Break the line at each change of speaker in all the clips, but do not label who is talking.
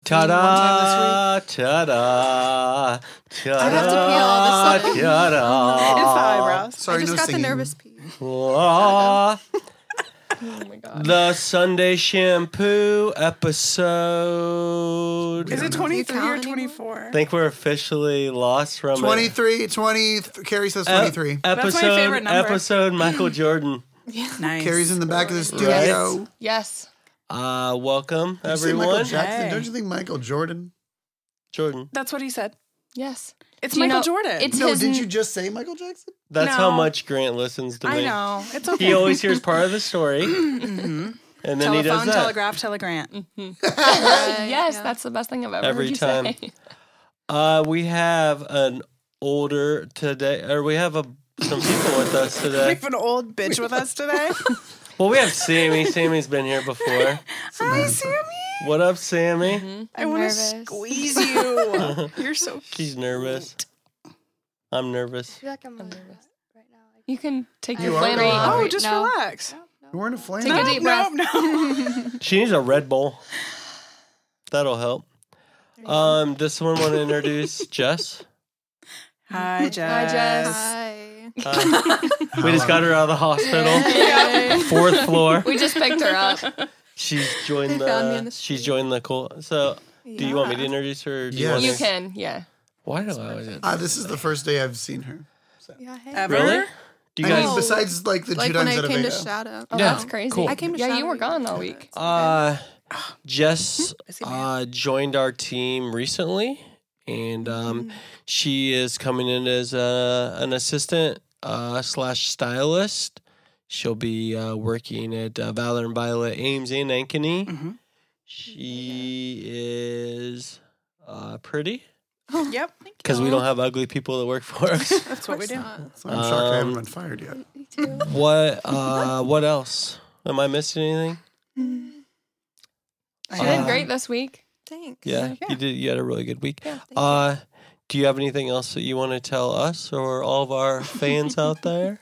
15 one time this week.
Ta-da, ta-da, ta-da,
I'd have to peel all this off.
ta-da,
It's the eyebrows.
I
Sorry,
just
no
got
singing.
the nervous pee.
la.
Oh my god.
The Sunday Shampoo episode.
Is
I
it 23
count
or 24?
anymore?
think we're officially lost from it.
23, 20. Carrie says
Ep-
23.
That's my
episode,
favorite number.
episode Michael Jordan.
Nice.
Carrie's in the back of the studio.
Right.
Did you
Yes.
Uh, welcome,
say
everyone.
Michael Jackson.
Hey.
Don't you think Michael Jordan?
Jordan.
That's what he said.
Yes.
It's
Do you
Michael
know-
Jordan.
it's-
No,
his
did
n-
you just say Michael Jackson?
That's how
No.
much Grant listens to
I
me.
know. It's
He
okay.
always hears part of the story, and then he does
Telephone,
that.
telegraph, telegrant.
yes,
yes,
yeah.
that's the best thing I've ever
Every time.
heard you say.
Uh, we have an older today, or we have a, some people with us
We
today.
have an old bitch with us today.
Well, we have Sammy. Sammy's been here before.
Hi, Sammy.
What up, Sammy?
I want to
nervous.
squeeze you. You're so
She's nervous. I'm nervous.
feel like I'm, nervous right now. you can take your
You are
flannel
nervous.
off.
Oh,
Alright,
just
no.
relax.
You weren't a flame.
Take a deep breath.
No, no.
She needs a Red Bull. That'll help. Um, does someone want to introduce Jess?
Hi, Jess.
Hi, Jess.
Hi.
Uh, we just got her out of the hospital. Fourth floor.
We just picked her up.
She's joined
They found me
the,
in the
she's joined the cool. So, do you want me to introduce her? Or do
Yes.
you,
You
want to-
can, yeah.
Why do I always?
Ah, this is the first day I've seen her.
Yeah, hey.
Ever?
Really? Do you
I
guys?
mean, besides like the
Like
two
when
times
I
that I've
came
been
to
out.
shout out.
Oh,
Yeah.
that's crazy.
Cool. I
came to
Yeah, you
shower
were
you.
gone all week.
Uh, Jess
he
uh, joined our team recently, and um, she is coming in as a, an assistant uh, slash stylist. She'll be uh, working at uh, Valor and Violet Ames in Ankeny.
Mhm.
She is uh, pretty
Yep.
because we don't have ugly people that work for us.
That's what we do.
So I'm shocked I haven't
Um,
been fired yet.
what? Uh, what else? Am I missing anything?
She
Uh,
did great this week.
Thanks.
Yeah, you did. You had a really good week.
Yeah,
uh, do you have anything else that you want to tell us or all of our fans out there?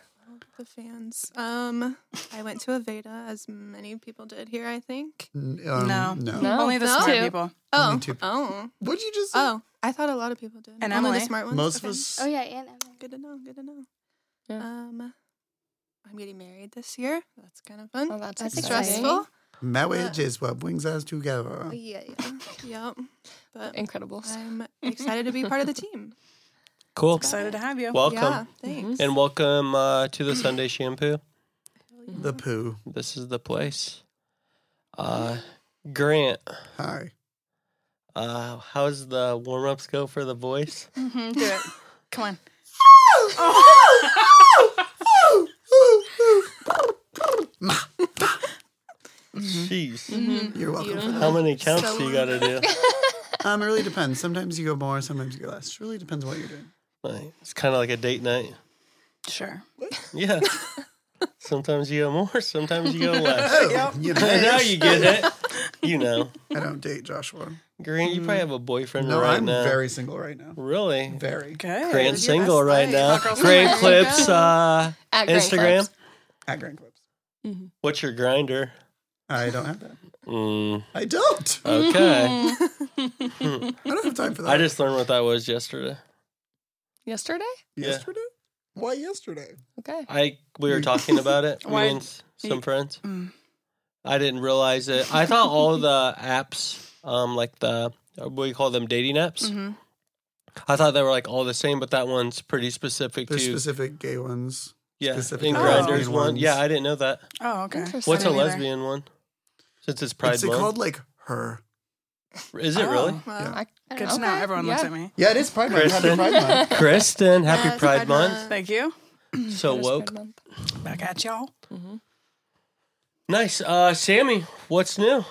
The fans. Um, I went to Aveda, as many people did here, I think.
N- um,
No.
no.
No,
Only the
no.
smart
Two.
people.
Oh,
Only two-
oh,
What'd you just say?
oh! I thought a lot of people did.
And
Only
Emily.
the smart ones.
Most
Okay.
of us.
Oh yeah, and
Good to know. Good to know.
Yeah.
Um, I'm getting married this year. That's kind of fun.
Oh, that's exciting.
stressful.
Marriage is what brings us together.
Uh, oh, Yeah, yeah, yep. But
Incredible.
I'm excited to be part of the team.
Cool.
Excited to have you.
Welcome
Yeah, thanks.
and welcome uh, to the Sunday Shampoo.
The poo.
This is the place. Uh, Grant,
Hi.
uh, how's the warm ups go for the voice?
Mhm, do it. Come on. Oh.
Jeez,
You're welcome for
how
that.
many counts do you got to do?
Um, it really depends. Sometimes you go more, sometimes you go less. It really depends on what you're doing.
Like, It's kind of like a date night.
Sure.
Yeah. Sometimes you go more, sometimes you go less.
Oh, you know,
now you get it. You know.
I don't date Joshua.
Grant, you probably have a boyfriend
No,
right
I'm
now.
very single right now.
Really?
Very.
Good.
Grant single right now.
Girl
Grant Clips uh,
At Grand
Instagram.
Clubs.
At Grand Clips.
What's your grinder?
I don't have that.
Mm,
I don't.
okay.
I don't have time for that.
I just learned what that was yesterday.
Yesterday?
yesterday. Why yesterday?
Okay.
I we were talking about it.
Why-
Me and s- some friends. I didn't realize it. I thought all the apps, um, like the what do you call them, dating apps.
Mm-hmm.
I thought they were like all the same, but that one's pretty specific
There's
to
specific gay ones.
yeah.
specific
and
to
grinders
lesbian
one.
ones.
Yeah, I didn't know that.
Oh, okay.
Interesting.
What's a
I didn't either.
lesbian one? Since it's Pride
it's
Month,
called like her.
is it
Oh.
really?
Well,
I, I
Good
don't
to know.
Okay,
Everyone
yeah.
looks at me.
Yeah, it is Pride Month. Happy
Kristen.
Pride Month.
Kristen, happy
Yes,
Pride
Pride
Month.
Month.
Thank you.
So
It is
woke.
Pride Month.
Back at y'all.
Nice. Uh Sammy, what's new?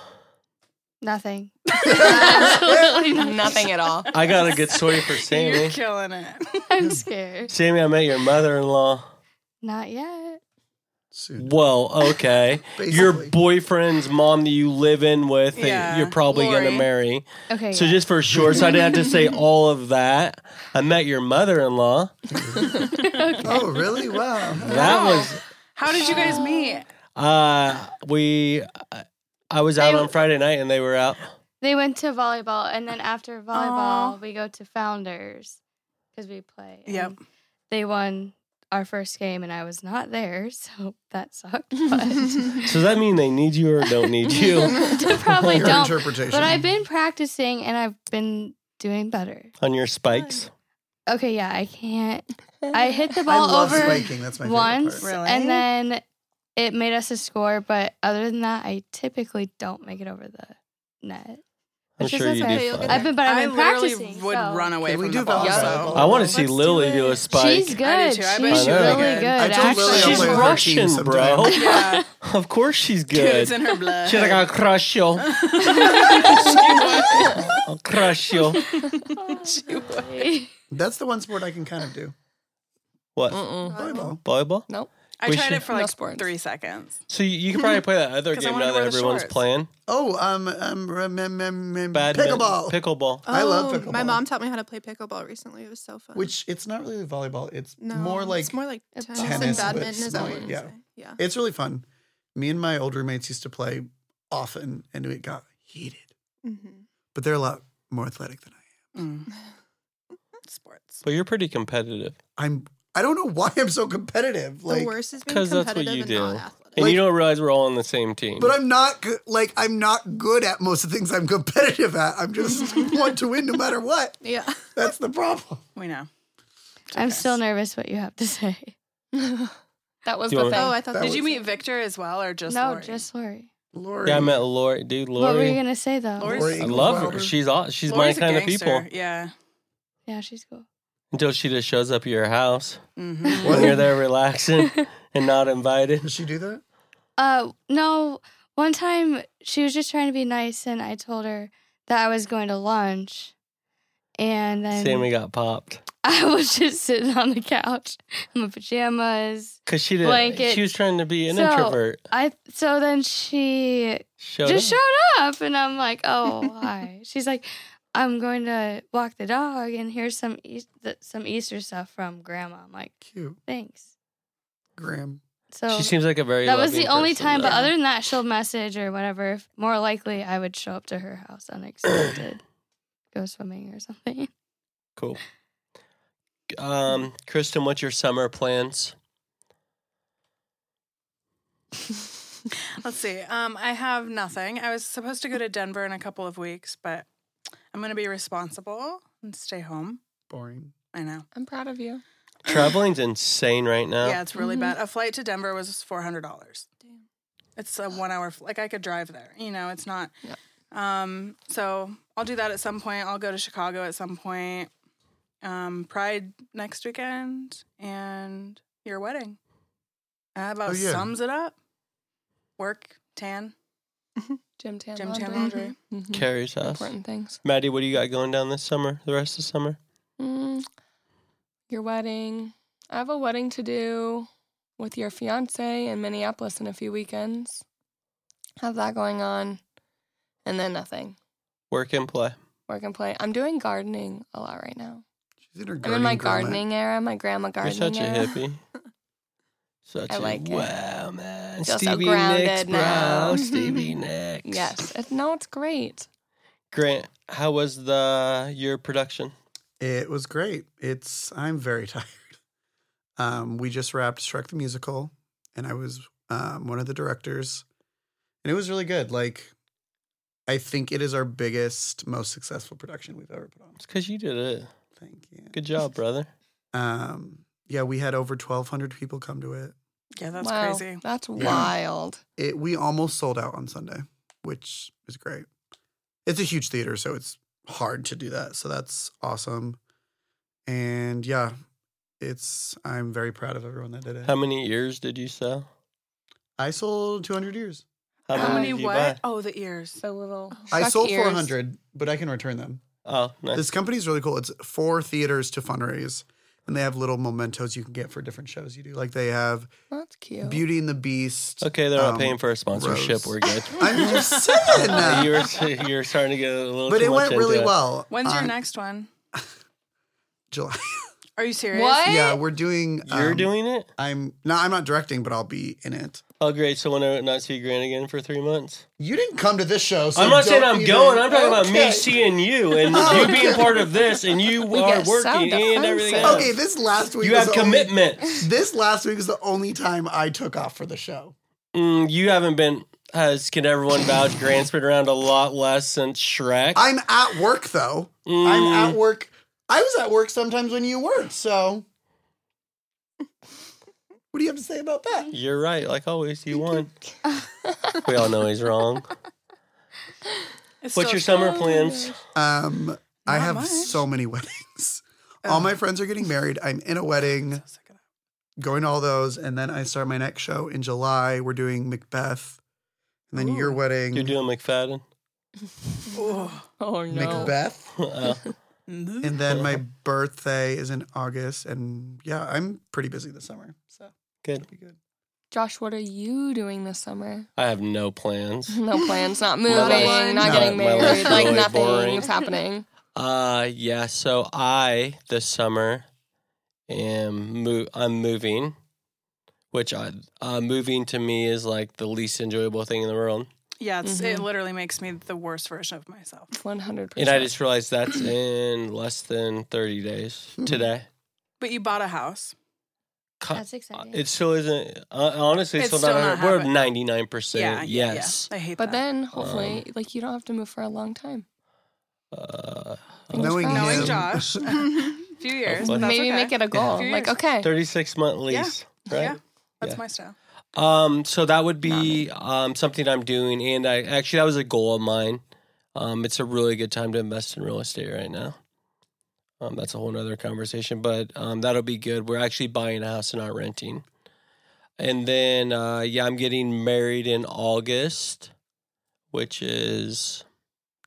Nothing.
Absolutely nothing at all.
I got a good story for
You're
Sammy.
killing it.
I'm scared.
Sammy, I met your mother-in-law.
Not yet.
Soon.
Well, okay. your
Basically.
boyfriend's mom that you live in with that
Yeah,
you're probably going
Lori.
to marry.
Okay.
So just for short, so I didn't have to say all of that. I met your mother-in-law.
Oh, really? Wow.
That
Wow.
was
How did you guys meet?
uh we I was out on Friday night and they were out.
They went to volleyball, and then after volleyball, we go to Founders because we play. and
Yep.
They won our first game, and I was not there, so that sucked. But
So does that mean they need you or don't need you
they probably
Your
don't.
interpretation.
But I've been practicing, and I've been doing better.
on your spikes?
Okay, yeah, I can't. I hit the
I
ball
love
over
spiking. That's my favorite
once,
part.
Really?
and then it made us a score. But other than that, I typically don't make it over the net.
I'm
Which is
sure you
okay.
do.
You'll get
fine.
I've been, but I've
I
been
literally
practicing.
would
so-
run away
Can we
from
do
the ball.
volleyball?
so-
I want to see
Let's do
Lily do a
it.
spike.
She's
I
good.
do too. I
She's
bet
she's really
really
good.
good.
I
I told Lily
actually.
I'll
She's
play with her team
Russian,
sometime.
bro.
Yeah.
of course she's good.
It's in her blood.
She's like, I'll crush you. I'll crush you.
That's the one sport I can kind of do.
What?
Volleyball.
Volleyball?
I
We
tried
should-
it for
No
like
sports.
three seconds.
So you, you can probably play that other
'Cause I
game
wanna
now that
wear the
everyone's
shorts.
playing.
Oh, um, um, rem- rem- rem- rem-
Badminton-
pickleball.
Pickleball.
I love
Oh, My
pickleball.
mom taught me how to play pickleball recently. It was so fun.
which it's not really volleyball. It's
no,
more like
it's more like
It's
tennis,
tennis,
and
but
badminton is that
smaller,
what
yeah.
yeah. Yeah.
It's really fun. Me and my old roommates used to play often, and it got heated. Mm-hmm.
Mhm.
But they're a lot more athletic than I
Mm. Sports.
But you're pretty competitive.
am. I'm. I don't know why I'm so competitive. Like,
the worst is being
'cause that's what
competitive
you
and
do.
not athletic.
And
Like-
you don't realize we're all on the same team.
but I'm not good. Like, I'm not good at most of the things I'm competitive at. I'm just want to win no matter what.
yeah.
That's the problem.
We know.
I'm still nervous. What you have to say?
That was
Do you
the
wanna-
thing.
Oh, I
That
thought that
Did
was-
was
you
it.
meet Victor as well, or just
no,
Lori?
just Lori.
Lori.
yeah, I met Lori, dude. Lori.
What were you gonna say though?
Lori-
Lori
I
Ingalls
love her.
Wilder.
She's all, she's
Lori's a
my kind of people.
gangster, Yeah.
Yeah, she's cool.
Until she just shows up at your house
Mhm.
when you're there relaxing and not invited.
Does she do that?
Uh, no. One time she was just trying to be nice, and I told her that I was going to lunch, and then
Sammy got popped
I was just sitting on the couch in my pajamas.
because she didn't.
Blanket.
She was trying to be an
So,
introvert.
I so then she
Showed
just
up.
showed up, and I'm like, oh hi. She's like, I'm going to walk the dog, and here's some Eas- th- some Easter stuff from Grandma. I'm like,
Cute.
thanks.
Graham.
So
she seems like a very.
that was
loving
the only
person,
time. But uh,
though.
other than that, she'll message or whatever. If- More likely, I would show up to her house unexpected, go swimming or something.
Cool. Um, Kristen, what's your summer plans?
Let's see. Um, I have nothing. I was supposed to go to Denver in a couple of weeks, but I'm going to be responsible and stay home.
Boring.
I know.
I'm proud of you.
Traveling's insane right now.
Yeah, it's really
Mhm.
bad. A flight to Denver was four hundred dollars.
Damn.
It's a one hour. fl- Like I could drive there. You know, it's not.
Yeah.
Um. So I'll do that at some point. I'll go to Chicago at some point. Um. Pride next weekend and your wedding. That about
Oh, yeah.
sums it up. Work tan.
Jim Tan
Gym tan
Laundry.
laundry.
Mhm.
Carrie's house.
Important things.
Maddie, what do you got going down this summer? The rest of the summer?
Mm, your wedding. I have a wedding to do with your fiance in Minneapolis in a few weekends. Have that going on. And then nothing.
Work and play.
Work and play. I'm doing gardening a lot right now.
She's in her
I'm
gardening.
in my
grandma.
gardening era, my grandma
You're
gardening
such a
era.
hippie. Such
I
a
like it.
wow, man.
Feel so
Stevie Nicks,
grounded
bro.
now.
Stevie Nicks.
Yes. It, no, it's great.
Grant, how was the your production?
It was great. It's I'm very tired. Um, we just wrapped Shrek the Musical, and I was um, one of the directors, and it was really good. Like, I think it is our biggest, most successful production we've ever put on.
It's because you did it.
Thank you.
Good job, brother.
Um, yeah, we had over 1,200 people come to it.
Yeah, that's
wow.
crazy.
That's
Yeah.
wild.
It we almost sold out on Sunday, which is great. It's a huge theater, so it's hard to do that. So that's awesome, and yeah, it's I'm very proud of everyone that did it.
How many ears did you sell?
I sold 200 years.
How,
How many
did you
what?
buy?
Oh, the ears.
So little.
I
Shrek
sold
ears.
400, but I can return them.
Oh, nice.
This company's really cool. It's four theaters to fundraise, and they have little mementos you can get for different shows you do. Like they have
That's cute.
Beauty and the Beast.
Okay, they're not
um,
paying for a sponsorship.
Rose.
We're good.
I'm just saying
Uh, you
that.
were you're starting to get a little.
But
too
it
much
Um,
went
into
really
it.
well.
When's your
on
next one?
July.
Are you serious?
What?
Yeah, we're doing.
You're
um,
doing it?
I'm no, I'm not directing, but I'll be in it.
Oh, great. So when I not see Grant again for three months?
You didn't come to this show. So
I'm not saying
don't
I'm
even-
going. I'm talking about me
Okay.
seeing you and
Oh,
you being
okay.
part of this and you
We
are
get so
working and everything
defensive.
else.
Okay, this last week.
you
was
have
the only-
commitments.
this last week was the only time I took off for the show.
Mm, you haven't been. Has can everyone vouch? Grant's been around a lot less since Shrek. Mm,
I'm at work though. I'm at work. I was at work sometimes when you weren't. So, what do you have to say about that?
You're right. Like always, you won. we all know he's wrong.
It's
What's
still
your summer
true.
plans?
Um, I
Not
have
much. Oh.
so many weddings. All
Ugh.
my friends are getting married. I'm in a wedding,
So sick of that.
going to all those, and then I start my next show in July. We're doing Macbeth, and then your
Ooh.
wedding,
You're doing McFadden.
Ugh.
Oh no.
Macbeth.
Uh,
Mm-hmm.
And then my birthday is in August, and yeah, I'm pretty busy this summer. So
good.
that'd be good.
Josh, what are you doing this summer?
I have no
Mm-hmm.
plans.
No plans, not moving,
life-
not
No,
getting
my life's
married, like
really boring.
nothing's happening.
Uh yeah. So I this summer am mo- I'm moving, which I uh, moving to me is like the least enjoyable thing in the world.
Yeah, it's, it
Mhm.
literally makes me the worst version of myself.
One hundred
And I
percent.
just realized that's in less than 30 days
Mm-hmm.
today.
But you bought a house.
Co-
That's exciting.
It still isn't. Uh, honestly, it's
It's
still,
still
not.
not
100
happening.
we're ninety nine percent.
yeah,
Yes.
Yeah, I hate
But
that.
Um,
then hopefully, like you don't have to move for a long time.
Oh. Uh,
Fingers
Knowing
crossed.
knowing
him.
Josh, few years.
Hopefully.
but that's
Maybe
okay.
make it a goal.
Few
Like
years.
okay,
thirty six month lease. Right.
Yeah, that's
Yeah.
my style.
Um, so that would
Not
be um, something I'm doing, and I actually that was a goal of mine. Um, it's a really good time to invest in real estate right now. Um, that's a whole nother conversation, but um, that'll be good. We're actually buying a house and not renting. And then, uh, yeah, I'm getting married in August, which is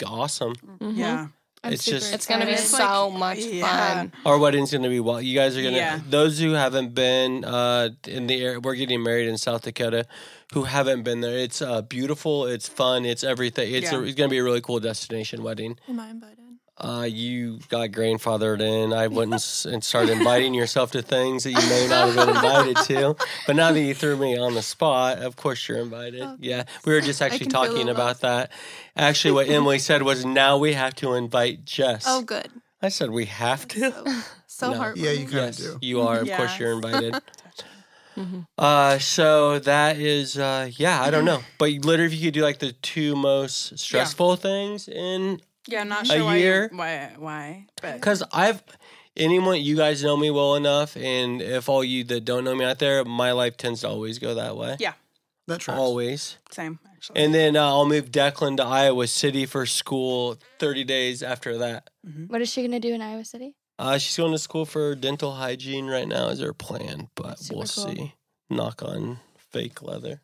awesome.
Mhm.
Yeah,
I'm
it's
super
just-
it's gonna be
excited.
It's like-
so much
yeah.
fun.
Our wedding's gonna be wild. You guys are gonna.
Yeah.
Those who haven't been uh, in the air, we're getting married in South Dakota. Who haven't been there? It's uh, beautiful. It's fun. It's everything. It's a,
Yeah.
it's gonna be a really cool destination wedding.
Am I invited?
Uh, you got grandfathered in. I wouldn't s- and start inviting yourself to things that you may not have been invited to. But now that you threw me on the spot, of course you're invited.
Oh,
yeah, we were just
I
actually
can feel
talking
the
about
love.
that. Actually, what Emily said was now we have to invite Jess.
Oh, good.
I said we have to.
So, so
No.
heartwarming.
Yeah, you kinda
Yes,
do.
you are. Of course, you're
Yes.
invited.
Mhm.
Uh, so that is, uh, yeah, I don't know, but you- literally, if you could do like the two most stressful things in,
yeah. I'm not
A
sure why, you-
year.
why. Why? But
because I've anyone you guys know me well enough, and if all you that don't know me out there, my life tends to always go that way.
Yeah.
That tracks.
Always,
same actually.
and then uh, I'll move Declan to Iowa City for school. Thirty days after that,
What is she gonna do in Iowa City?
uh, she's going to school for dental hygiene right now. Is her plan, but
Super
we'll
cool.
see. Knock on fake leather.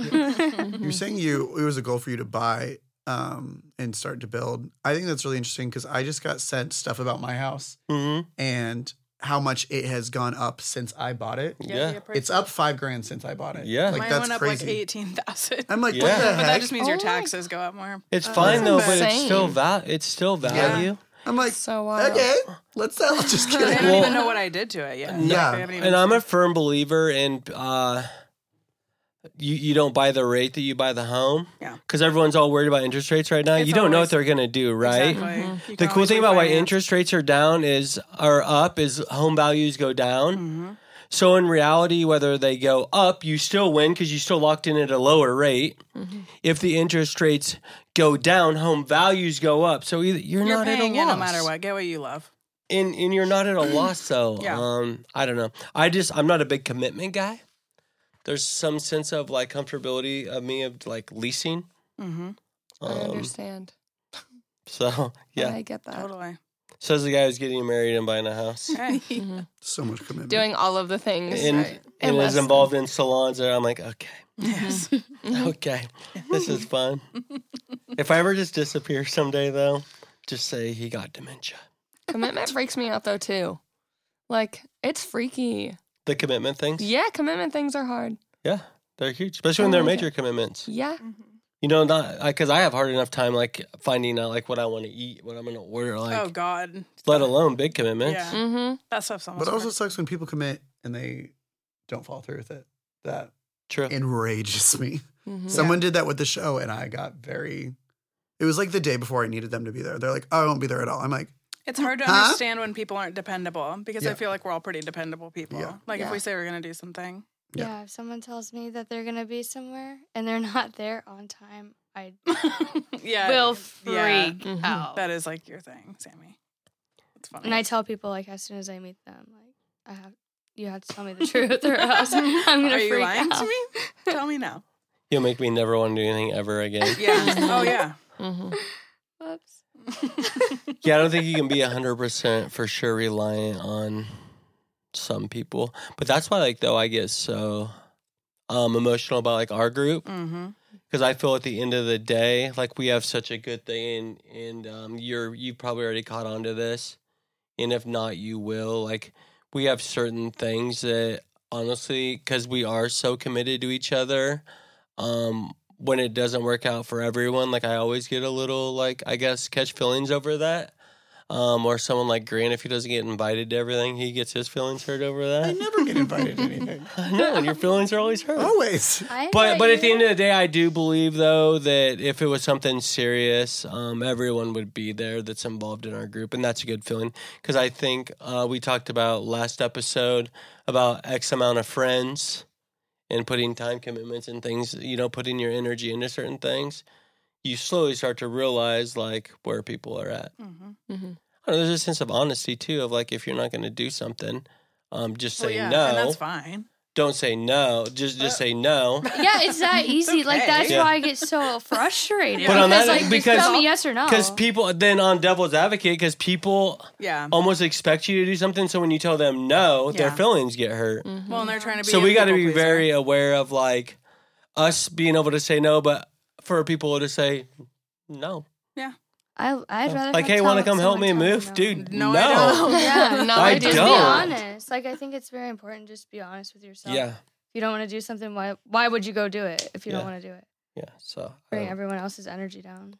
You're saying you it was a goal for you to buy um, and start to build. I think that's really interesting because I just got sent stuff about my house
hmm
and how much it has gone up since I bought it.
yeah.
the approach-
It's up five grand since I bought it.
Yeah.
like
Mine
that's
went up
crazy.
like eighteen thousand.
I'm like,
Yeah.
what the
But that
heck?
just means your
Oh my
taxes go up more.
It's
Uh,
fine though, but it's
insane.
still val. It's still value.
I'm like,
so uh, wild.
okay, let's sell. Just
They
kidding.
don't
Well-
even know what I did to it yet.
Yeah.
They haven't even
And I'm
seen
a firm believer in uh, you. You don't buy the rate that you buy the home.
Yeah.
Because everyone's all worried about interest rates right now.
It's
you don't know what
always-
they're gonna do, right?
Exactly. You
Mm-hmm.
can
The cool
always
thing about why
refinance.
interest rates are down is are up is home values go down.
Mm-hmm.
Mhm.
So in reality, whether they go up, you still win because you still locked in at a lower rate. If the interest rates go down, home values go up. So either you're,
You're
not at a
paying
loss.
it no matter what. Get what you love.
and and you're not at a loss though.
Yeah.
Um, I don't know. I just I'm not a big commitment guy. There's some sense of like comfortability of me of like leasing.
hmm
I
Um,
understand.
so yeah.
I get that.
Totally.
Says the guy who's getting married and buying a house.
Hey,
Mhm.
So much commitment.
Doing all of the things.
And,
right.
and
Unless-
is involved in salons and I'm like, okay,
yes.
Mm-hmm.
okay. This is fun. if I ever just disappear someday though, just say he got dementia.
commitment freaks me out though too. Like it's freaky.
The commitment things.
Yeah, commitment things are hard.
Yeah, They're huge. Especially when
I
they're
like
major commitments.
Yeah.
Mhm.
You know, not because I have hard enough time like finding out like what I want to eat, what I'm going to order, like
oh God.
let alone big commitments.
Yeah.
Mm-hmm.
That stuff's almost.
But it also
hard.
sucks when people commit and they don't follow through with it. That
True.
enrages me.
Mm-hmm.
Someone did that with the show, and I got very. It was like the day before I needed them to be there. They're like, "Oh, I won't be there at all." I'm like,
It's hard to
Huh?
understand when people aren't dependable because I
Yeah.
feel like we're all pretty dependable people.
Yeah.
Like if
Yeah.
we say we're gonna do something,
Yeah.
Yeah. if someone tells me that they're gonna be somewhere and they're not there on time, I
yeah,
will freak
yeah.
Mhm.
out.
That is like your thing, Sammy. It's funny.
and I tell people like as soon as I meet them, like I have you have to tell me the truth or else I'm gonna
Are you
freak
lying
out.
to me? tell me now.
You'll make me never want to do anything ever again.
Yeah. oh yeah.
Mm-hmm.
Whoops.
yeah, I don't think you can be 100% for sure reliant on some people. But that's why, like, though, I get so um, emotional about, like, our group
mm-hmm.
because I feel at the end of the day, like, we have such a good thing. And, and um, you're, you probably already caught on to this. And if not, you will. Like, we have certain things that honestly, because we are so committed to each other, um, when it doesn't work out for everyone, like I always get a little like I guess catch feelings over that. Um, or someone like Grant, if he doesn't get invited to everything, he gets his feelings hurt over
"I
that.
never get invited to anything.
no, your feelings are always
Oh,
hurt.
Always."
I
But
thought
but at the
you-
end of the day, I do believe though that if it was something serious, um, everyone would be there that's involved in our group, and that's a good feeling because I think uh, we talked about last episode about X amount of friends and putting time commitments and things, you know, putting your energy into certain things. You slowly start to realize like where people are at.
Mm-hmm.
Mm-hmm.
I don't know, there's a sense of honesty too of like if you're not going to do something, um, just say
well, yeah,
no.
and that's fine. Uh,
Don't say no. Just just say no.
Yeah, it's that easy. Like that's
Yeah.
why I get so frustrated.
But on
because,
that-
like, just
because-
tell me yes or no.
Oh.
Because people, then on devil's advocate, because people
Yeah.
almost expect you to do something. So when you tell them no, their
Yeah.
feelings get hurt.
Mm-hmm.
Well, and they're trying to be.
So
a
we got to be
people pleaser.
very aware of like us being able to say no, but for people to say no,
I I'd rather
like,
have
hey, want to
tell-
come help
someone
me
tell
move,
no. Oh,
dude?
No, I don't.
Yeah,
no,
I
I,
Like,
just
just be
don't.
honest. Like I think it's very important. Just be honest with yourself.
Yeah,
If you don't want to do something, why why would you go do it if you don't
Yeah. Oh.
want to do it?
yeah. So I
Bring
don't-
everyone else's energy down.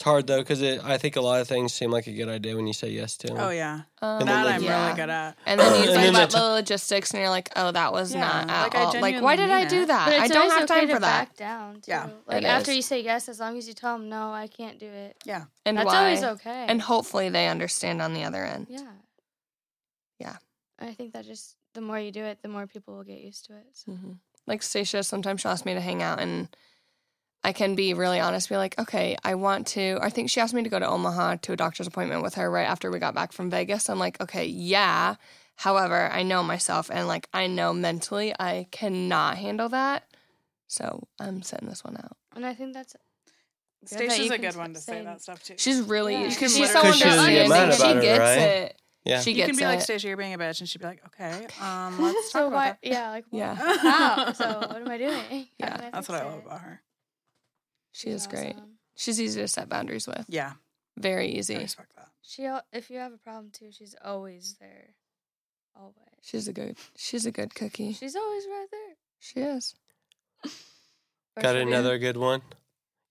it's hard though because I think a lot of things seem like a good idea when you say yes to. 'em.
Oh yeah.
Um,
And
That
then
I'm
yeah.
really good at.
And then you
And
think
then
about
the
the logistics, and you're like, "Oh, that was
Yeah,
not at
like, I
all. Like,
genuinely
why did I
mean
do
it.
that?
But
I
it's
don't
always
have time
okay to
for that."
Back down. Too.
Yeah.
Like
It
after
is.
you say yes, as long as you tell them no, I can't do it.
And
That's
why?
always okay.
And hopefully they understand on the other end.
yeah,
Yeah.
I think that just the more you do it, the more people will get used to it. So.
Mhm. Like Stacia, sometimes she'll ask me to hang out, and I can be really honest, be like, okay, I want to. I think she asked me to go to Omaha to a doctor's appointment with her right after we got back from Vegas. I'm like, okay, yeah. However, I know myself, and like, I know mentally I cannot handle that. So I'm sitting this one out.
And I think that's Yeah, that
Stacia's
you
a
can
good
s-
one to say
say-
that stuff too.
She's really,
Yeah. You can
she's
literally-
Because
someone
she doesn't
that
get mad
understands. She
about it,
gets
right?
it.
Yeah.
She
you
gets
can be
it.
like Stacia, you're being a bitch, and she'd be like, okay, um, let's talk
so.
about
Why?
that.
Yeah, like
Yeah.
wow. So what am I doing? How can
Yeah.
That's
fix
what I love
it?
about her.
she is great.
Awesome.
She's easy to set boundaries with.
Yeah,
Very
I
easy.
respect that.
She, al- if you have a problem too, she's always there. Always.
She's a good. She's a good cookie.
She's always right there.
She is.
Or
Got
she'll be-
another good one.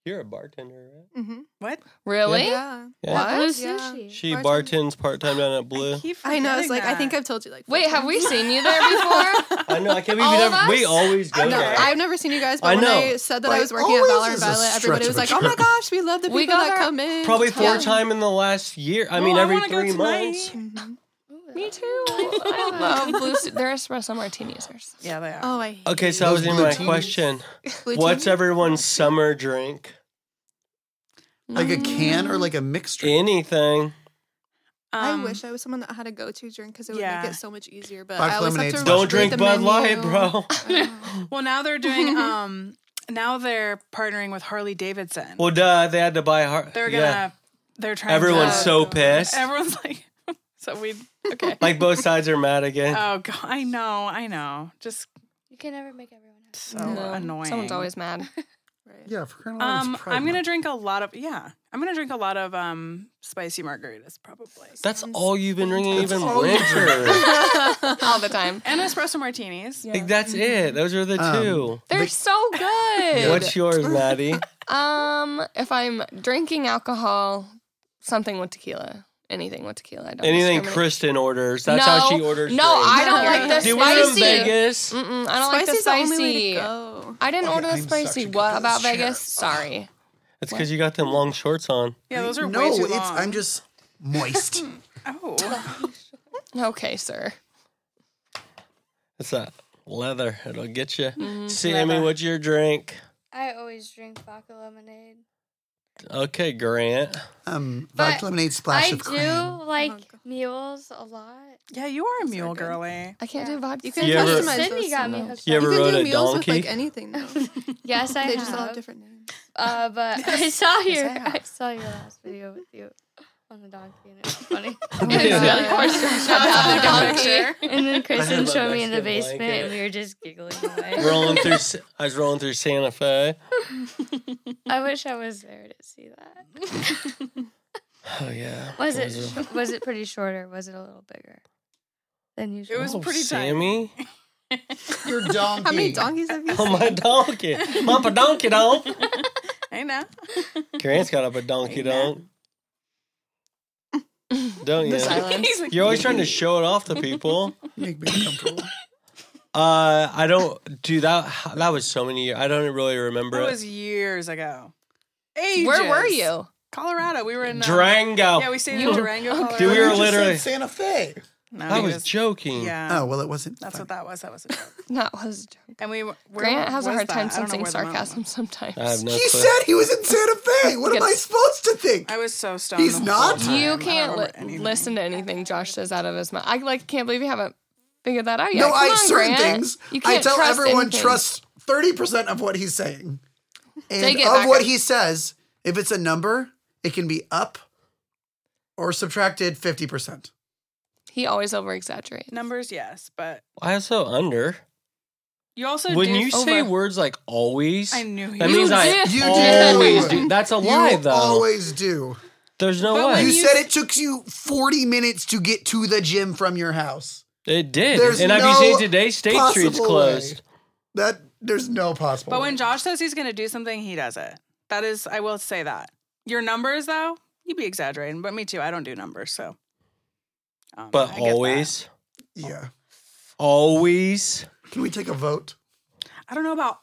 You're a bartender, right?
Mm-hmm.
What?
Really?
Yeah.
At
What?
Blue
Yeah.
Sushi.
She
Bartender.
bartends part time down at Blue.
I, keep
I know. It's
forgetting
like I think
that.
I've told you like. four
Wait, have we
times.
seen you there before?
I know. I can't believe
All
you
of
never. We
us?
always go
No,
there.
I've never seen you guys. But
I
when
know.
I said that
But
I was working at
always
Valor and
is a
Violet,
stretch
everybody
of
was
a
like, "Oh my
trip.
gosh, we love the
We
people
go
that
there
come in."
Probably four
Yeah.
time in the last year. I mean,
Well, I
every
wanna go
three
tonight.
months.
Mhm.
Ooh,
Me
that-
too. I love blue. Su- their espresso martinis are. So-
Yeah, they are.
Oh, I. Hate
Okay, so that was
Those
in
blue
my
teas.
question.
Blue
What's
team?
everyone's summer drink?
Like a can or like a mixed drink.
Anything.
I
Um,
wish I was someone that had a go-to drink because it would
yeah.
make it so much easier. But
Black
I always have
lemonade's
to
much
read
Don't
Watch
drink
the
Bud
menu.
Light, bro.
Oh, I
Well, now they're doing. um Now they're partnering with Harley Davidson.
Well, duh. They had to buy heart.
they're gonna. They're trying.
Everyone's
to,
so pissed.
Everyone's like. so we. Okay.
Like both sides are mad again.
Oh god, I know, I know. Just
You can never make everyone happy.
so
No.
annoying.
Someone's always mad.
know. Right.
Yeah, for crying out loud,
Um,
it's
I'm gonna
Pride
drink a lot of yeah. I'm gonna drink a lot of um spicy margaritas probably,
That's all you've been drinking,
That's
even
all you've been
winter.
All the time.
and espresso martinis.
like that's it. Those are the
Um,
two.
They're so good.
What's yours, Maddie?
Um, if I'm drinking alcohol, something with tequila, anything with tequila. I don't
Anything
discriminate.
Kristen orders. That's how she
No,
orders.
No, I
drinks.
don't like the
Dude, we were in
spicy.
Vegas.
Mm-mm, I don't like the
Spicy's the only way
spicy.
to go.
I didn't
Okay,
order the
I'm such
spicy.
a
What
good
about
chair.
Vegas? Sorry.
That's because you got them long shorts on.
Yeah, those are
no,
way too
it's
long.
I'm just moist.
Oh,
Okay, sir.
It's that leather. It'll get you.
Mm-hmm.
Mhm.
Sammy,
Leather.
what's your drink?
I always drink vodka lemonade.
Okay, Grant.
um,
But
vodka lemonade splash
I
of
do
cream.
like
Oh, God.
mules a lot.
yeah, you are a
Those are
mule
good.
girly.
I can't
Yeah.
do vodka.
You can
You ever-
customize
Sydney
those
got me
somehow.
hooked
You
up.
ever
you
rode
can
a
do meals with like
donkey?
anything. Though.
yes, I
they
have.
just all have different names.
Uh, but I saw
Yes,
your
I have.
I saw your last video with you on the donkey, and it was funny.
Yeah.
Of course, you shut
About
down
the
the donkey.
and then Kristen
my
showed me in the
Mexican
basement,
blanket.
and we were just giggling away.
Rolling through. S- I was rolling through Santa Fe.
I wish I was there to see that.
Oh yeah.
was it
a-
sh- was it pretty short or was it a little bigger than usual?
It was
Oh,
pretty tight.
Sammy.
Your donkey.
How many donkeys have you
Oh
seen?
my donkey. Mama donkey donk.
I know.
Grant's got up a donkey donk. Don't you?
The silence.
He's like,
You're always trying to show it off to people.
Make me uncomfortable.
Uh, I don't do that. That was so many years. I don't really remember
that
it.
was years ago. Ages.
Where were you?
Colorado. We were in uh,
Durango.
Yeah, we stayed
You-
in Durango, Colorado.
Dude, we were
You just said
literally-
Santa Fe.
No,
I
he
was joking.
Yeah.
Oh well, it wasn't.
That's
fun.
what that was. That was a joke.
That was.
And we were, where
Grant has a
was
hard time
that? I don't know
sensing
where the mountain
sarcasm
was.
sometimes.
I have no
he
clue.
said he was in Santa Fe. What am I supposed to think?
I was so stoned.
He's
the whole
not?
time. I
You
don't
can't
remember
li-
anything.
listen to anything Josh says out of his mouth. I like can't believe you haven't figured that out yet.
no,
Come
I
on,
certain
Grant.
things.
You
I
can't
tell
trust
everyone
anything.
trust thirty percent of what he's saying,
Take
and
it
of
back
what
up.
he says. If it's a number, it can be up or subtracted fifty percent.
He always over exaggerates.
Numbers, yes, but
Why so under?
you also
when
do.
you say
Over.
words like always,
I knew he
that
was-
means I
did.
You
always
do.
do. That's a lie,
you
though.
always do.
There's no
But
way
when
You
you
said
s-
it took you forty minutes to get to the gym from your house.
it did.
There's
and have
no
you seen today? State Street's
possible
closed.
way. That there's no possible.
But when
way.
Josh says he's going to do something, he does it. That is, I will say that. Your numbers, though, you'd be exaggerating, but me too. I don't do numbers, so. Um, I
But
get that.
always,
yeah,
always,
can we take a vote?
I don't know about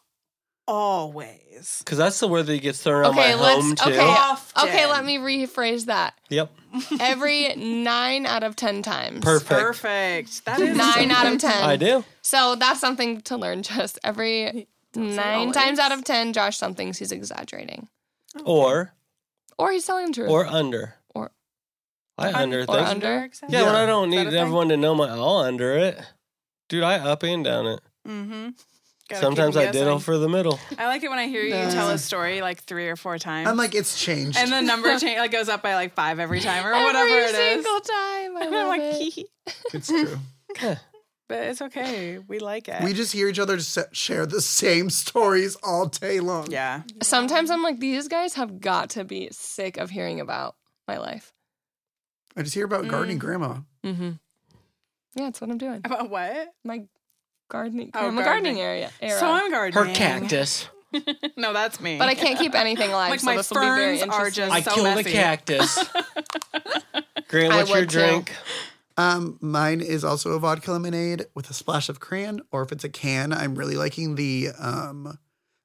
always.
because that's the word that gets thrown around
Okay,
my
let's-
home too.
okay.
Often.
Okay, let me rephrase that.
Yep,
Every nine out of ten times.
perfect.
Perfect. That is
Nine out of
Um,
ten.
I do.
So that's something to learn. Just every nine
always.
times out of ten, Josh some thinks he's exaggerating,
Or
or he's telling the truth,
or under.
Or-
I under
or
things.
under.
Yeah, when
Yeah.
I don't
Is that a
need
thing?
everyone to know my all under it. Dude, I up and down it.
Mm-hmm.
Sometimes I diddle for the middle.
I like it when I hear you tell a story like three or four times.
I'm like it's changed.
and the number change like goes up by like five every time or
every
whatever it is.
single time. I
And I'm
love
like,
it.
hee hee.
it's true.
But it's okay. We like it.
We just hear each other se- share the same stories all day long.
yeah.
Sometimes I'm like, these guys have got to be sick of hearing about my life.
I just hear about
Mm.
gardening grandma.
Mm-hmm. Yeah, that's what I'm doing.
About what?
My gardening,
Oh,
my gardening
gardening.
area era.
So I'm gardening.
Her cactus.
No, that's me.
but I can't keep anything alive.
Like
so
my
this will be very
ferns are
interesting.
just
I
so
killed
messy.
a cactus. Grant,
I
what's your
would too.
drink?
Um, mine is also a vodka lemonade with a splash of cran, or if it's a can, I'm really liking the um,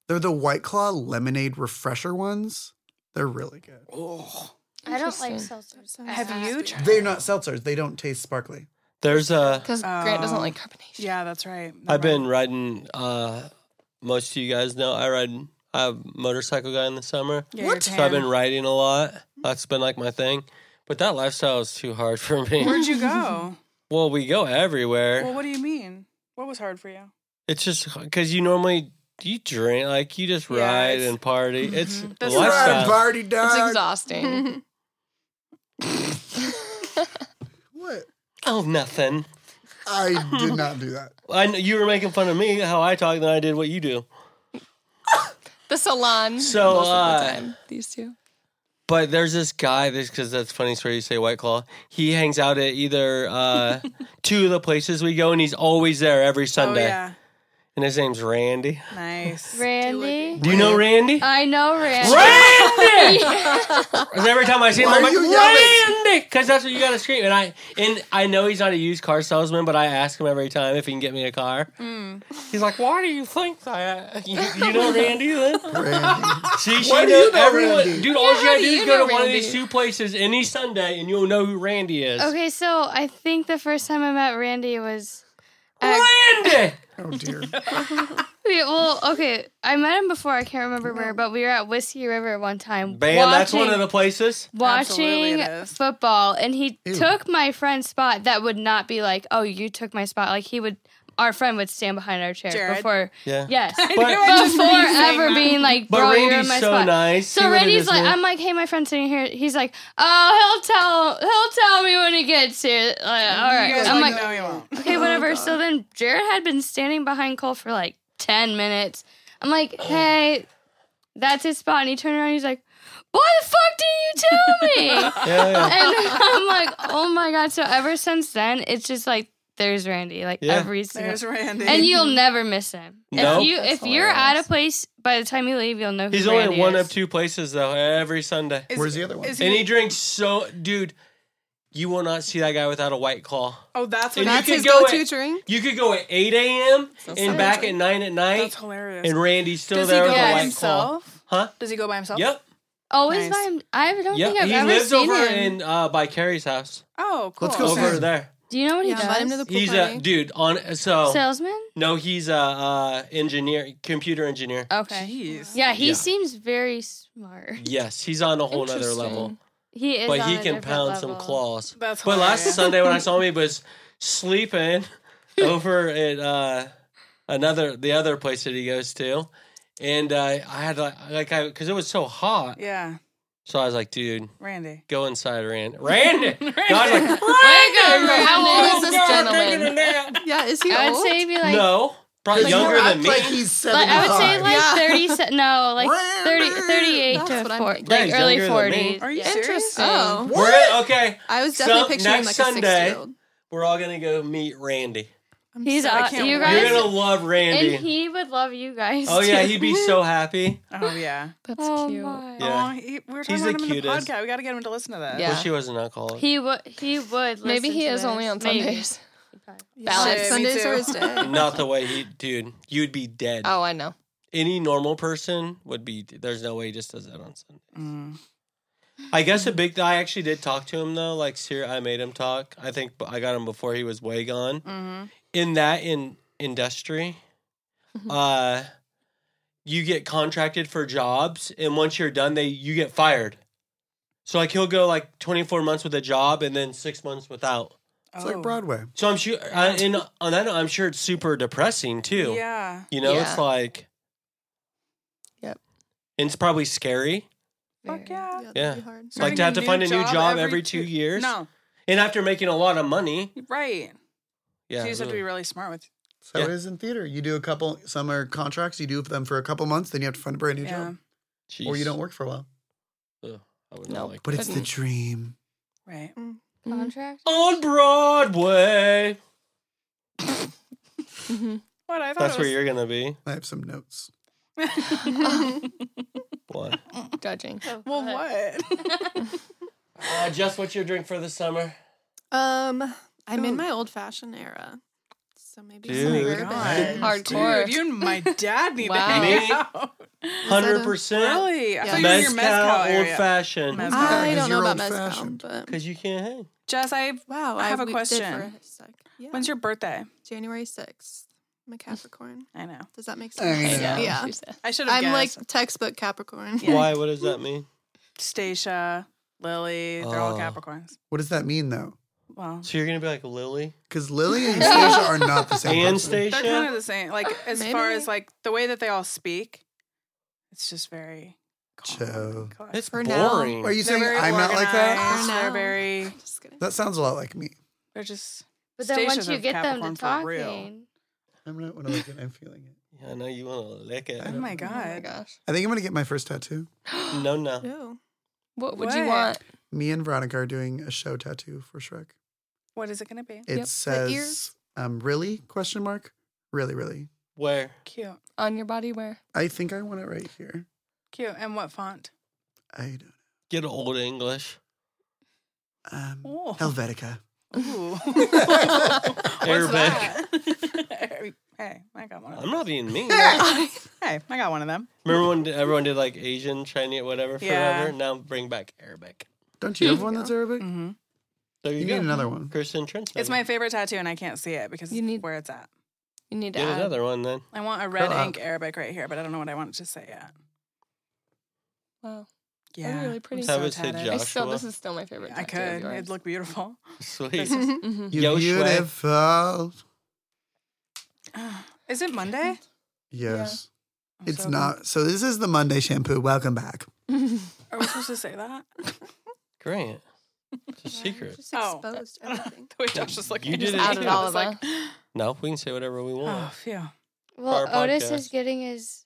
they're the White Claw lemonade refresher ones. They're really good.
Oh.
I don't like
Interesting.
seltzers.
That
at
sounds
all.
Have you
nasty.
tried?
They're not seltzers. They don't taste sparkly.
There's a.
because Grant doesn't
Oh.
like carbonation.
Yeah, that's right.
I've been riding. Uh, most of you guys know I ride. I'm a motorcycle guy in the summer,
Yeah,
What?
you're
so I've
tan.
been riding a lot. That's been like my thing. But that lifestyle is too hard for me.
Where'd you go?
well, we go
well,
everywhere.
what do you mean? What was hard for you?
It's just because you normally you drink like you just
Yeah,
ride
it's-
and party. It's the
Mhm. That's
Ride a
lifestyle.
party
It's
dog.
exhausting.
What?
Oh, nothing.
I did not do that.
I know you were making fun of me how I talk than I did what you do.
the salon.
So,
most of the
uh,
time, these two.
But there's this guy, this because that's funny story. You say White Claw. He hangs out at either uh, two of the places we go, and he's always there every Sunday.
Oh yeah.
and his name's Randy.
Nice.
Randy.
Do you know Randy?
I know Randy.
Randy!
Yeah.
Because every time I see him,
Why
I'm
are
like,
you yelling?
Randy! Because that's what you gotta scream. And I and I know he's not a used car salesman, but I ask him every time if he can get me a car.
Mm.
He's like, "Why do you think that? You, you know Randy then?
Randy.
See, she
Why do
knows
you know
everyone.
Randy?
Dude, all you
Yeah, how
gotta
do
do is
you
go to
know
one of
Randy?
these two places any Sunday, and you'll know who Randy is.
Okay, so I think the first time I met Randy was at
Randy.
Oh dear.
We, well, okay. I met him before. I can't remember
Mm-hmm.
where, but we were at Whiskey River one time.
Bam, that's one of the places.
Absolutely
watching
it is.
football, and he
Ew.
took my friend's spot. That would not be like, oh, you took my spot. Like he would, our friend would stand behind our chair
Jared.
before.
Yeah.
Yes,
But-
I knew I just
before
remembered you saying
ever
that.
being like,
But
bro, you're in
Randy's
my
so
spot.
nice. See
So
what it
Randy's
is,
like,
man.
I'm like, hey, my friend's sitting here. He's like, oh, he'll tell, he'll tell me when he gets here. Like, all
You
right,
guys
I'm
like,
like,
no, you won't.
Oh
okay, whatever. so then Jared had been standing behind Cole for like 10 minutes. I'm like,
Oh.
hey, that's his spot. And he turned around he's like, why the fuck didn't you
yeah,
tell me?
yeah.
and I'm like, oh my God. So ever since then, it's just like, there's Randy, like
Yeah.
every single
There's Randy.
and you'll never miss him.
Nope.
If you if
That's
you're
hilarious.
out of place by the time you leave, you'll know who
He's
Randy
only one
is.
of two places though every Sunday,
Is-
Where's the other one?
is
and he drinks so. Dude, you will not see that guy without a white claw.
oh, that's
And
what
you
That's
could
his
go
go-to
at-
drink.
You could go at 8 a.m. and
sad.
back at 9 at night,
That's hilarious.
and Randy's still
Does he
there
go
with a
by
white
himself?
claw. Huh?
Does he go by himself?
Yep.
Always
Nice.
by him. I don't
Yep.
think I've
He
ever
lives
seen
over
him.
in uh, by Carrie's house
Oh, cool.
Let's go see
over
him.
there.
Do you know what he
Yeah,
does?
invite him to the pool
He's
party.
a dude on so
salesman.
no, he's a uh, engineer, computer engineer.
Uh,
Okay.
Jeez.
Yeah, he
Yeah.
seems very smart.
Yes, he's on a whole nother level,
He is,
but
on
he
a
can
different
pound some
level.
claws.
That's
But last
hilarious.
Sunday when I saw him, he was sleeping over at uh, another the other place that he goes to, and uh, I had like, like I because it was so hot,
Yeah,
so I was like, dude,
Randy.
go inside, Randy. Randy. And I was like,
How old is this
"Oh, God, taking a
gentleman?
nap."
Yeah, is he
I would
old?
say be like,
no, probably
Because you
younger
act
than me.
Like he's
like,
seventy-five.
I would say like
Yeah.
30, se- no, like
Randy!
30, 38
That's what
to
I'm
40,
Yeah,
like
he's
early
younger than me.
40s.
Are you
yeah.
serious?
Interesting. Oh,
We're at- okay.
I was
So,
definitely picturing like
next
a
Sunday-
six-year-old.
We're all gonna go meet Randy.
I'm
He's
so
aw-
excited.
you
You're
guys-
gonna love Randy.
And he would love you guys.
oh yeah,
too.
he'd be so happy.
Oh yeah.
That's
Oh,
cute.
my.
Yeah.
Oh, he, we were talking
He's the
about him in the
cutest.
podcast. We got to get him to listen to that.
Yeah.
Well, she was an alcoholic.
He would. He would.
Maybe
listen
he
to
is
this.
only on
Maybe.
Sundays.
Shit,
Balance.
me
Sundays
too.
or his day.
Not the way he, dude. You'd be dead.
Oh, I know.
Any normal person would be. There's no way he just does that on Sunday.
Mm.
I guess a big. I actually did talk to him though. Like, ser- I made him talk. I think I got him before he was way gone.
hmm
in that in industry uh you get contracted for jobs and once you're done they you get fired so like he'll go like 24 months with a job and then six months without
Oh.
It's like Broadway.
so i'm sure I, and on that note, i'm sure it's super depressing too
Yeah.
you know it's
Yeah.
like
Yep.
and it's probably scary
Fuck yeah.
that'd
Yeah.
be hard.
It's like
Starting
to
a
have to
new
find a new
job
job every,
every
two,
two-
years
No.
and after making a lot of money
Right.
yeah
you just have to
really.
be really smart with.
So
Yeah.
it is in theater. You do a couple summer contracts. You do them for a couple months. Then you have to find a brand new
Yeah.
job, or you
Jeez.
don't work for a while.
Ugh, I would
Nope.
not like
But it's
that.
the dream.
Right.
Mm-hmm.
Contract.
on Broadway.
Mhm.
What I thought.
That's
it
where
was,
you're gonna be.
I have some notes.
What?
Judging.
Oh,
Well, what?
Uh, Jess, what's your drink for the summer?
Um, I'm in my old-fashioned era, so maybe some
Dude.
bourbon.
God.
Hardcore.
Dude, you and my dad need
Wow.
to hang
Me?
out.
Hundred percent
Really? I
Yeah.
thought you were in your
mezcal,
mezcal
old
area.
fashioned.
Mez-
I
Because
don't know
you're
about mezcal,
old-fashioned.
but
Because you can't hang.
Jess, I.
wow,
I have a
we did
question.
for a sec. Yeah.
When's your birthday?
January sixth? I'm a Capricorn.
I know.
Does that make
I
sense?
know.
Yeah,
She said.
I should have.
I'm
guessed.
like textbook Capricorn.
Yeah.
Why? What does that mean?
Stacia, Lily. They're all
Oh.
Capricorns.
What does that mean though?
Well,
So you're gonna be like Lily
Because Lily and Stacia are not the same.
and
person.
they're kind of
Stacia.
the same.
Uh,
Like as far
Maybe.
as like the way that they all speak, it's just very calm and
Chill.
collected.
It's
For now.
boring.
Are you
They're
saying
very
I'm not like that?
organized,
For
They're
now.
very.
Just kidding.
That sounds a lot like me.
They're just.
But then
Stations
once you
of
get them
Capricorn
to
for real.
talking,
I'm not when I look at it, I'm feeling it.
Yeah, I know you want to lick it.
I
Oh
don't
my
Oh my
god.
gosh.
I think I'm gonna get my first tattoo.
No, no.
No.
What would you
What?
want?
Me and Veronica are doing a show tattoo for Shrek.
What is it going to be?
It
Yep.
The
says
ears?
um really question mark. Really, really.
Where?
Cute.
On your body where?
I think I want it right here.
Cute. And what font?
I don't. know.
Get old English.
Um,
Oh.
Helvetica.
Ooh.
Arabic.
that? hey, I got one of
I'm
them.
not being mean.
Hey, I got one of them.
Remember when everyone did like Asian, Chinese, whatever
Yeah.
forever? Now bring back Arabic.
Don't you have one that's Arabic?
hmm
Mm-hmm.
There you,
You
go.
need another one.
Christian Trent.
It's my favorite tattoo, and I can't see it because
You
it's
need-
where it's at.
You need to
Get
add.
another one then.
I want a red
Go up.
ink Arabic right here, but I don't know what I want it to say yet.
Wow. That'd be
Yeah,
really pretty.
I'm
Have it say
tatted.
I
Joshua.
still, this is still my favorite.
I
tattoo
could.
of yours.
It'd look beautiful.
Sweet.
Mhm.
You
Yo, Shway.
beautiful.
Is it Monday?
Yes.
I'm
It's
so-
not. So this is the Monday shampoo. Welcome back.
Are we supposed to say that?
Great. It's a secret.
Just
Oh.
exposed
I don't know.
everything.
The way Josh was looking,
You
at his
did it
hand,
too.
I was
Oliver.
like,
No, we can say whatever we
oh,
want.
phew.
Well,
our
Otis
podcast.
is getting his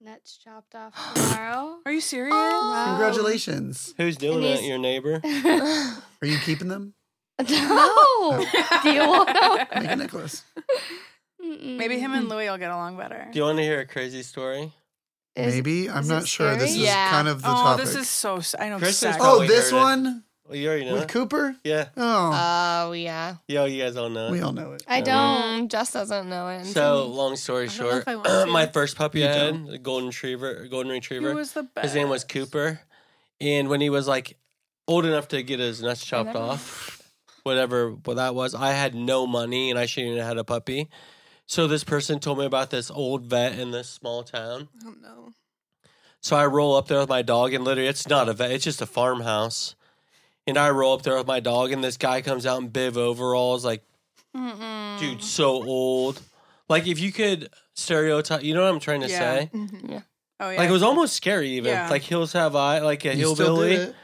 nuts chopped off tomorrow.
Are you serious?
Wow.
Congratulations.
Who's doing
And
that?
he's-
Your neighbor?
Are you keeping them?
no. Do you want
Make a necklace.
Maybe him and Louie will get along better.
Do you want to hear a crazy story?
Maybe. I'm
is
not
it
sure. This is
scary? Yeah.
kind of the
oh,
topic.
this is so. s- I know
Chris is
exactly.
probably
oh, this
heard it.
one
Well, you already know.
with
it.
Cooper?
yeah.
Oh,
Oh, yeah.
Yeah, you guys all know.
we
it.
all know it.
I
No.
don't.
Mm, Jess doesn't know it.
So, long story
I don't know
short,
if I want to.
my first puppy
You
I had,
don't.
a golden retriever, a golden
He
retriever.
was the best.
His name was Cooper, and when he was like old enough to get his nuts chopped
never-
off, whatever what that was, I had no money and I shouldn't have had a puppy. So this person told me about this old vet in this small town.
I don't know.
So I roll up there with my dog, and literally, it's not a vet; it's just a farmhouse. And I roll up there with my dog, and this guy comes out in biv overalls, like
Mm-mm.
dude, so old. Like if you could stereotype, you know what I'm trying to
Yeah.
say.
Mm-hmm.
Oh yeah.
Like it was almost scary, even
Yeah.
like hills have eye, like a
You still
hillbilly.
did it?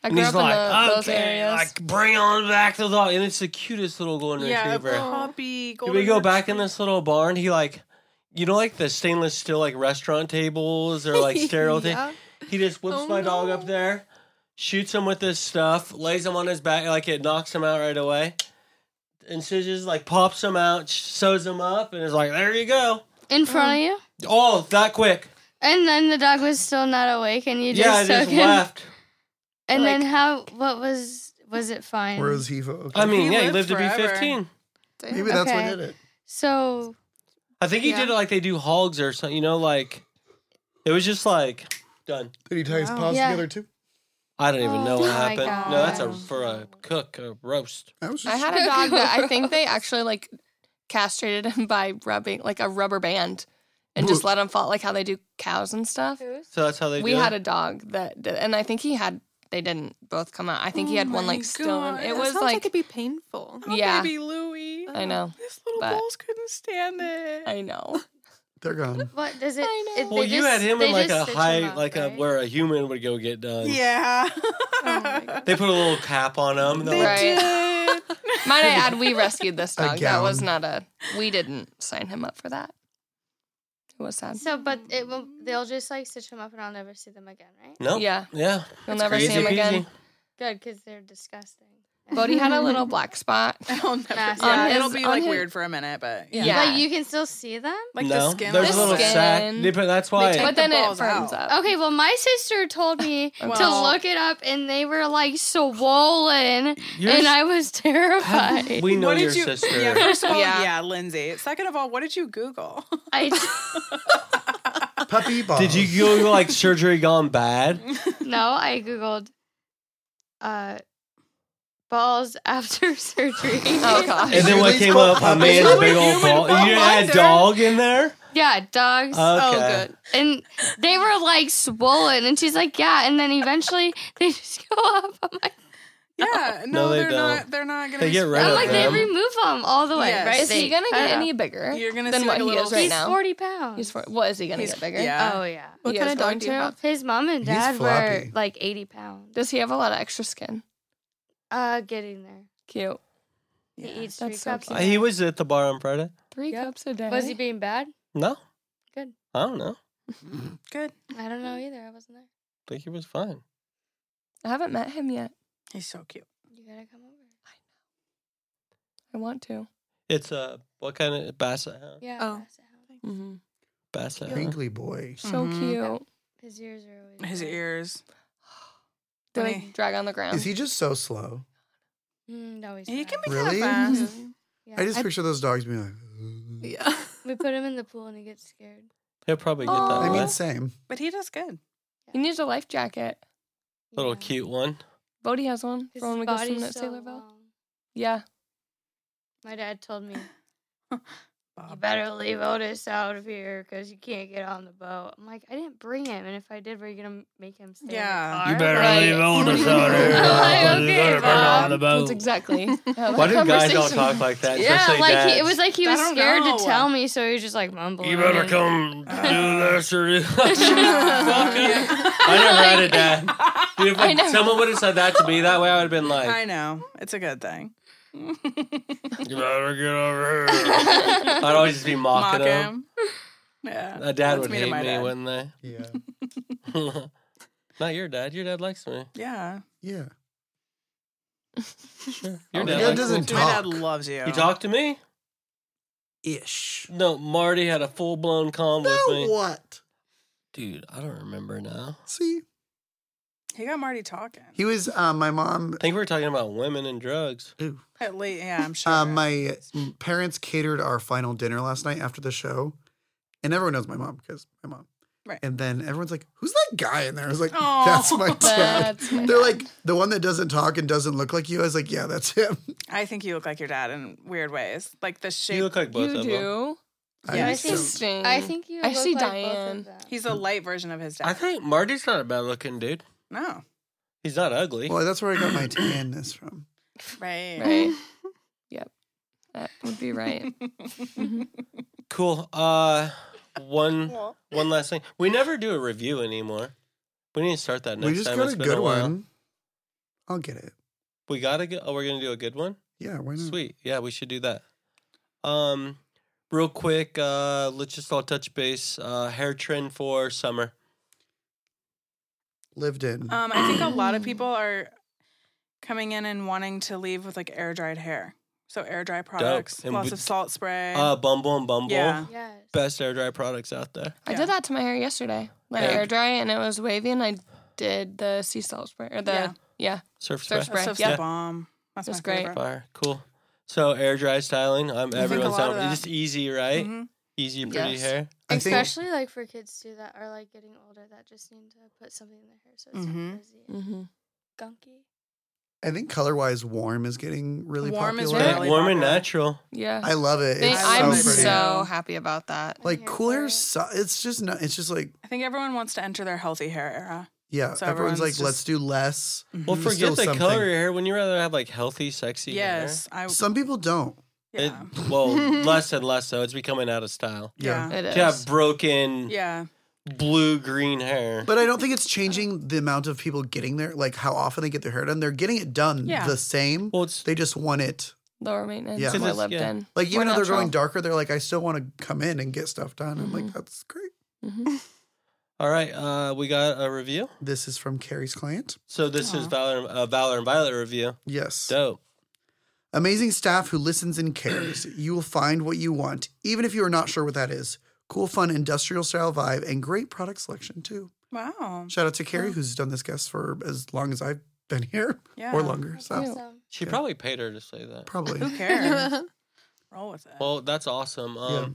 I
And
grew
he's
up in
like,
the, those
okay,
areas.
like bring on back the dog, and it's the cutest little golden
yeah, a
retriever.
puppy.
Did
Golden
we go back in this little barn? He like, you know, like the stainless steel like restaurant tables or like sterile thing.
Yeah.
He just whips
Oh,
my dog
no.
up there, shoots him with this stuff, lays him on his back, like it knocks him out right away. Incisions like pops him out, sews him up, and is like, there you go.
Mm-hmm.
In front of you?
Oh, that quick.
And then the dog was still not awake and you just
yeah, I
took
just
him.
left.
And then
Like-
how, what was, was it fine?
Where is Hevo? Okay.
I mean,
He
yeah, he lived
lived
to be
forever.
15.
Damn.
Maybe that's
Okay.
what did it.
so,
I think he
Yeah.
did it like they do hogs or something, you know, like it was just like done.
Did he tie his
Wow.
paws
Yeah.
together too?
I don't even
Oh
know what
my
happened. No, that's a
God.
for a cook, a roast.
I was just
I had a dog that I think they actually like castrated him by rubbing like a rubber band and just let him fall like how they do cows and stuff.
So that's how they
We
do
had
it.
a dog that did, and I think he had they didn't both come out. I think he
Oh
had one
my
like still. in-
God.
It
That
was
sounds like,
like,
it'd be painful.
Oh,
yeah.
baby Louie.
I know.
These little
But-
balls couldn't stand it.
I know.
They're gone.
what does it?
I know.
it- they
well, you
just-
had him
they
in like
just
a
stitch
high,
him up,
like a
right?
where a human would go get done.
Yeah.
my God.
They put a little cap on him.
They
Right.
did.
Might I add, we rescued this
A
dog. That was
gown.
not a. We didn't sign him up for that. It was sad.
So, but it will, they'll just like stitch him up and I'll never see them again, right?
no,
Yeah,
yeah.
you'll never see him
Easy peasy.
again.
Good, because they're disgusting.
Bodhi had a little black spot.
I'll never.
Yeah,
Yeah,
his-
it'll be
on
like
his-
weird for a minute, but yeah.
Yeah.
But you can still see them?
Like
no,
the skin.
there's
The
a little
skin.
sack. They put- That's why.
take
But
the
then it
balls
firms
out.
up.
Okay, well, my sister told me to
Well-
look it up, and they were like swollen,
You're s-
and I was terrified.
we know
What
your
did you?
sister.
Yeah, first of all,
Yeah.
yeah. Lindsay. Second of all, what did you Google?
I
Puppy balls.
Did you go like surgery gone bad?
no, I googled, uh, balls after surgery.
Oh gosh.
And then
Really?
what came up? A
Puppy.
man's big old
Human
ball. You didn't add
balls.
dog in there?
yeah, dogs.
oh,
Okay.
good.
and they were like swollen, and she's like, yeah, and then eventually they just go up. I'm like,
Yeah, no,
No, they
they're
don't.
not. They're not gonna.
They
be
get rid
I'm
of
like they
them.
remove them all the way,
Yes.
right?
Is he
They
gonna
cut
get
it
any
up.
bigger
You're gonna
than
see,
what
like, a
he
little-
is right
He's
now?
40 pounds.
He's for, what is he gonna
He's-
get bigger?
yeah.
Oh yeah.
What
You
kind
guys
of
going
dog do you
to?
have?
His mom and
He's
dad were
floppy.
like 80 pounds.
Does he have a lot of extra skin?
Uh, getting there.
Cute.
He
Yeah.
eats
That's
three
so
cups. a
cute.
Uh,
day.
He was at the bar on Friday.
Three
Yep.
cups a day.
Was he being bad?
No.
Good.
I don't know. I
Good.
I don't know either. I wasn't there.
think he was fine.
I haven't met him yet.
He's so cute.
You gotta come over.
I want to.
It's uh, what kind of basset hound?
Yeah.
Oh.
that's it.
hmm
Best
Yeah.
ever.
Wrinkly boy.
So
Mm-hmm.
Mhm.
cute.
His ears are always.
His
wet.
ears.
Did
When
I
he-
drag on the ground?
Is he just so slow?
Mm, no, he's
He
not.
can be
Really?
kind of fast.
Really?
Yeah.
I just
I-
picture those dogs being like.
Yeah.
we put him in the pool and he gets scared.
He'll probably get
Aw.
that
I
one.
mean, same.
But he does good.
he needs a life jacket.
Little
Yeah.
cute one.
Bodhi has one
His
for when we go
body's
swimming at
so
Sailorville.
long.
Yeah.
My dad told me you
Bob.
better leave Otis out of here because you can't get on the boat. I'm like, I didn't bring him, and if I did, were you gonna make him stay?
Yeah.
in the car?
You
better
Like-
leave Otis out
of here.
I'm like,
You
Oh, okay,
better burn
Bob.
on the boat.
That's exactly how
Oh. Why
that
do guys don't
conversation-
talk like that?
Yeah,
especially
like he,
dads?
it was like he
I
was
don't
scared
know.
to tell me, so he was just like mumbling.
You better
and-
come do this or do
Yeah.
I never had a dad. Dude, if
I know.
someone would have said that to me that way, I would have been like,
I know. It's a good thing.
"You better get over here." I'd always just be mocking
Mock
him.
him. Yeah.
A dad
That's
would
me to
hate
my
me,
dad.
wouldn't they?
Yeah.
Not your dad. Your dad likes me.
Yeah.
Yeah.
Your
Oh,
dad
your dad
likes
doesn't
me.
talk.
My dad loves you.
He talked to me.
Ish.
No, Marty had a full blown con with
Now
me.
what?
Dude, I don't remember now.
See,
He got Marty talking.
he was uh, my mom.
I think we were talking about women and drugs.
Ooh.
At least, yeah, I'm sure.
Uh, my parents catered our final dinner last night after the show, and everyone knows my mom because my mom.
Right.
And then everyone's like, "Who's that guy in there?" I was like,
Aw.
"That's my dad."
That's my
They're
dad.
like the one that doesn't talk and doesn't look like you. I was like, "Yeah, that's him."
I think you look like your dad in weird ways. Like the shape.
You look like both
you
of them.
do.
Yeah,
I
I
just
think-
don't-
Interesting.
I think you.
I
look
see
like both of
Diane.
them.
He's a light version of his dad.
I think Marty's not a bad looking dude.
no.
He's not ugly.
Well, that's where I got my tanness from.
Right.
Right. yep. That would be right. Mhm.
Cool. Uh, one
Well,
one last thing. We never do a review anymore. We need to start that next
we just
time.
got
It's
a
been
good
while.
one. I'll get it.
We gotta go. Oh, we're gonna do a good one.
Yeah, why not?
Sweet. Yeah, we should do that. Um, real quick. Uh, let's just all touch base. Uh, hair trend for summer.
Lived in.
um, I think a lot of people are coming in and wanting to leave with like air dried hair. So air dry products,
And
lots
we-
of salt spray.
Uh, Bumble and Bumble.
Yeah.
Yes.
Best air dry products out there.
I
Yeah.
did that to my hair yesterday. Let it
Yeah.
air dry and it was wavy and I did the sea salt spray or the
Yeah.
yeah.
Surf spray.
Surf spray.
That stuff's
Yeah.
the bomb. That's,
That's
my
great.
favorite.
Fire. Cool. So air dry styling. I'm
think a
everyone's
lot of
on
that.
just easy, right?
Mhm.
Easy, pretty
Yes.
hair.
I think-
Especially like for kids too that are like getting older that just need to put something in their hair so it's
Mhm.
not frizzy and
Mm-hmm.
gunky.
I think color wise, warm is getting really
Warm is
popular.
Like,
really
warm and
popular.
natural.
Mm-hmm.
Yeah.
I love it.
They-
It's
I
I'm
love it
so pretty.
so happy about that.
like
Hair
cool hair.
color.
Su- it's just not. It's just like
I think everyone wants to enter their healthy hair era.
yeah.
So
everyone's
everyone's
like,
just-
let's do less.
Well,
Mhm.
There's
forget
still
the
something.
color of your hair. Wouldn't you rather have like healthy, sexy
yes, I
Some people don't.
hair?
yeah.
It, well, less and less so. It's becoming out of style.
Yeah.
yeah.
It is.
To have broken
Yeah.
blue green hair.
But I don't think it's changing the amount of people getting their like how often they get their hair done. They're getting it done
Yeah.
the same.
well, it's
They just want it
Lower maintenance,
Yeah. 'Cause
more
it's-
lived
yeah.
in.
like even
More
though they're
natural.
going darker. They're like, I still want to come in and get stuff done. I'm
Mm-hmm.
like,
Mhm.
that's great.
Mhm.
all right. Uh, we got a review.
This is from Carrie's client.
So this is
Aw.
Valor, uh, Valor and Violet review.
Yes.
Dope.
Amazing staff who listens and cares. You will find what you want, even if you are not sure what that is. Cool, fun, industrial style vibe, and great product selection too.
Wow.
Shout out to Carrie, who's done this guest for as long as I've been here,
Yeah.
or longer.
That's
So
awesome.
She probably paid her to say that.
probably
Who cares? Roll with it.
Well, that's awesome. Um,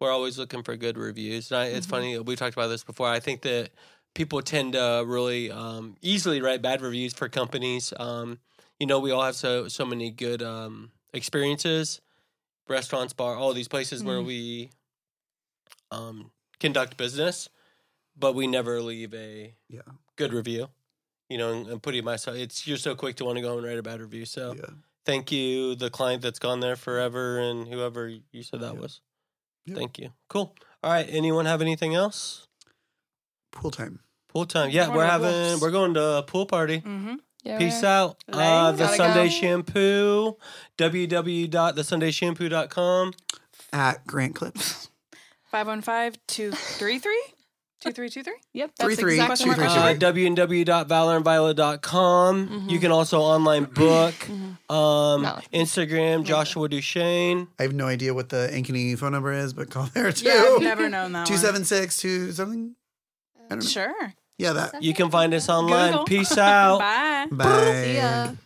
We're always looking for good reviews. And I, it's
Mhm.
funny, we talked about this before. I think that people tend to really um, easily write bad reviews for companies. Um, you know, we all have so, so many good um, experiences, restaurants, bar, all these places where
Mhm.
we um, conduct business, but we never leave a
Yeah.
good review. You know, and, and putting myself, it's you're so quick to want to go and write a bad review. So,
yeah.
thank you the client that's gone there forever and whoever you said that
Yeah.
was
Yeah.
thank you cool all right anyone have anything else
Pool time.
pool time yeah
Going
we're
to
having
Wolf's.
we're going to a pool party
Mm-hmm.
Yeah,
peace
we're-
out
Later.
uh, the
Gotta
sunday
go.
shampoo www.thesundayshampoo.com
At Grant Clips.
515 233 Two three two three.
Yep, that's
Three, three,
exactly
two,
what
three,
I-
two,
Uh, www.valorandviola.com.
Mm-hmm.
You can also online book. um,
No.
Instagram, Joshua Duchesne.
I have no idea what the Ankeny phone number is, but call there too.
Yeah, I've never known that.
Two
one.
seven six two something.
Um,
I don't know.
Sure.
Yeah, that.
You can find us online.
Google.
Peace out.
Bye.
Bye.
See ya.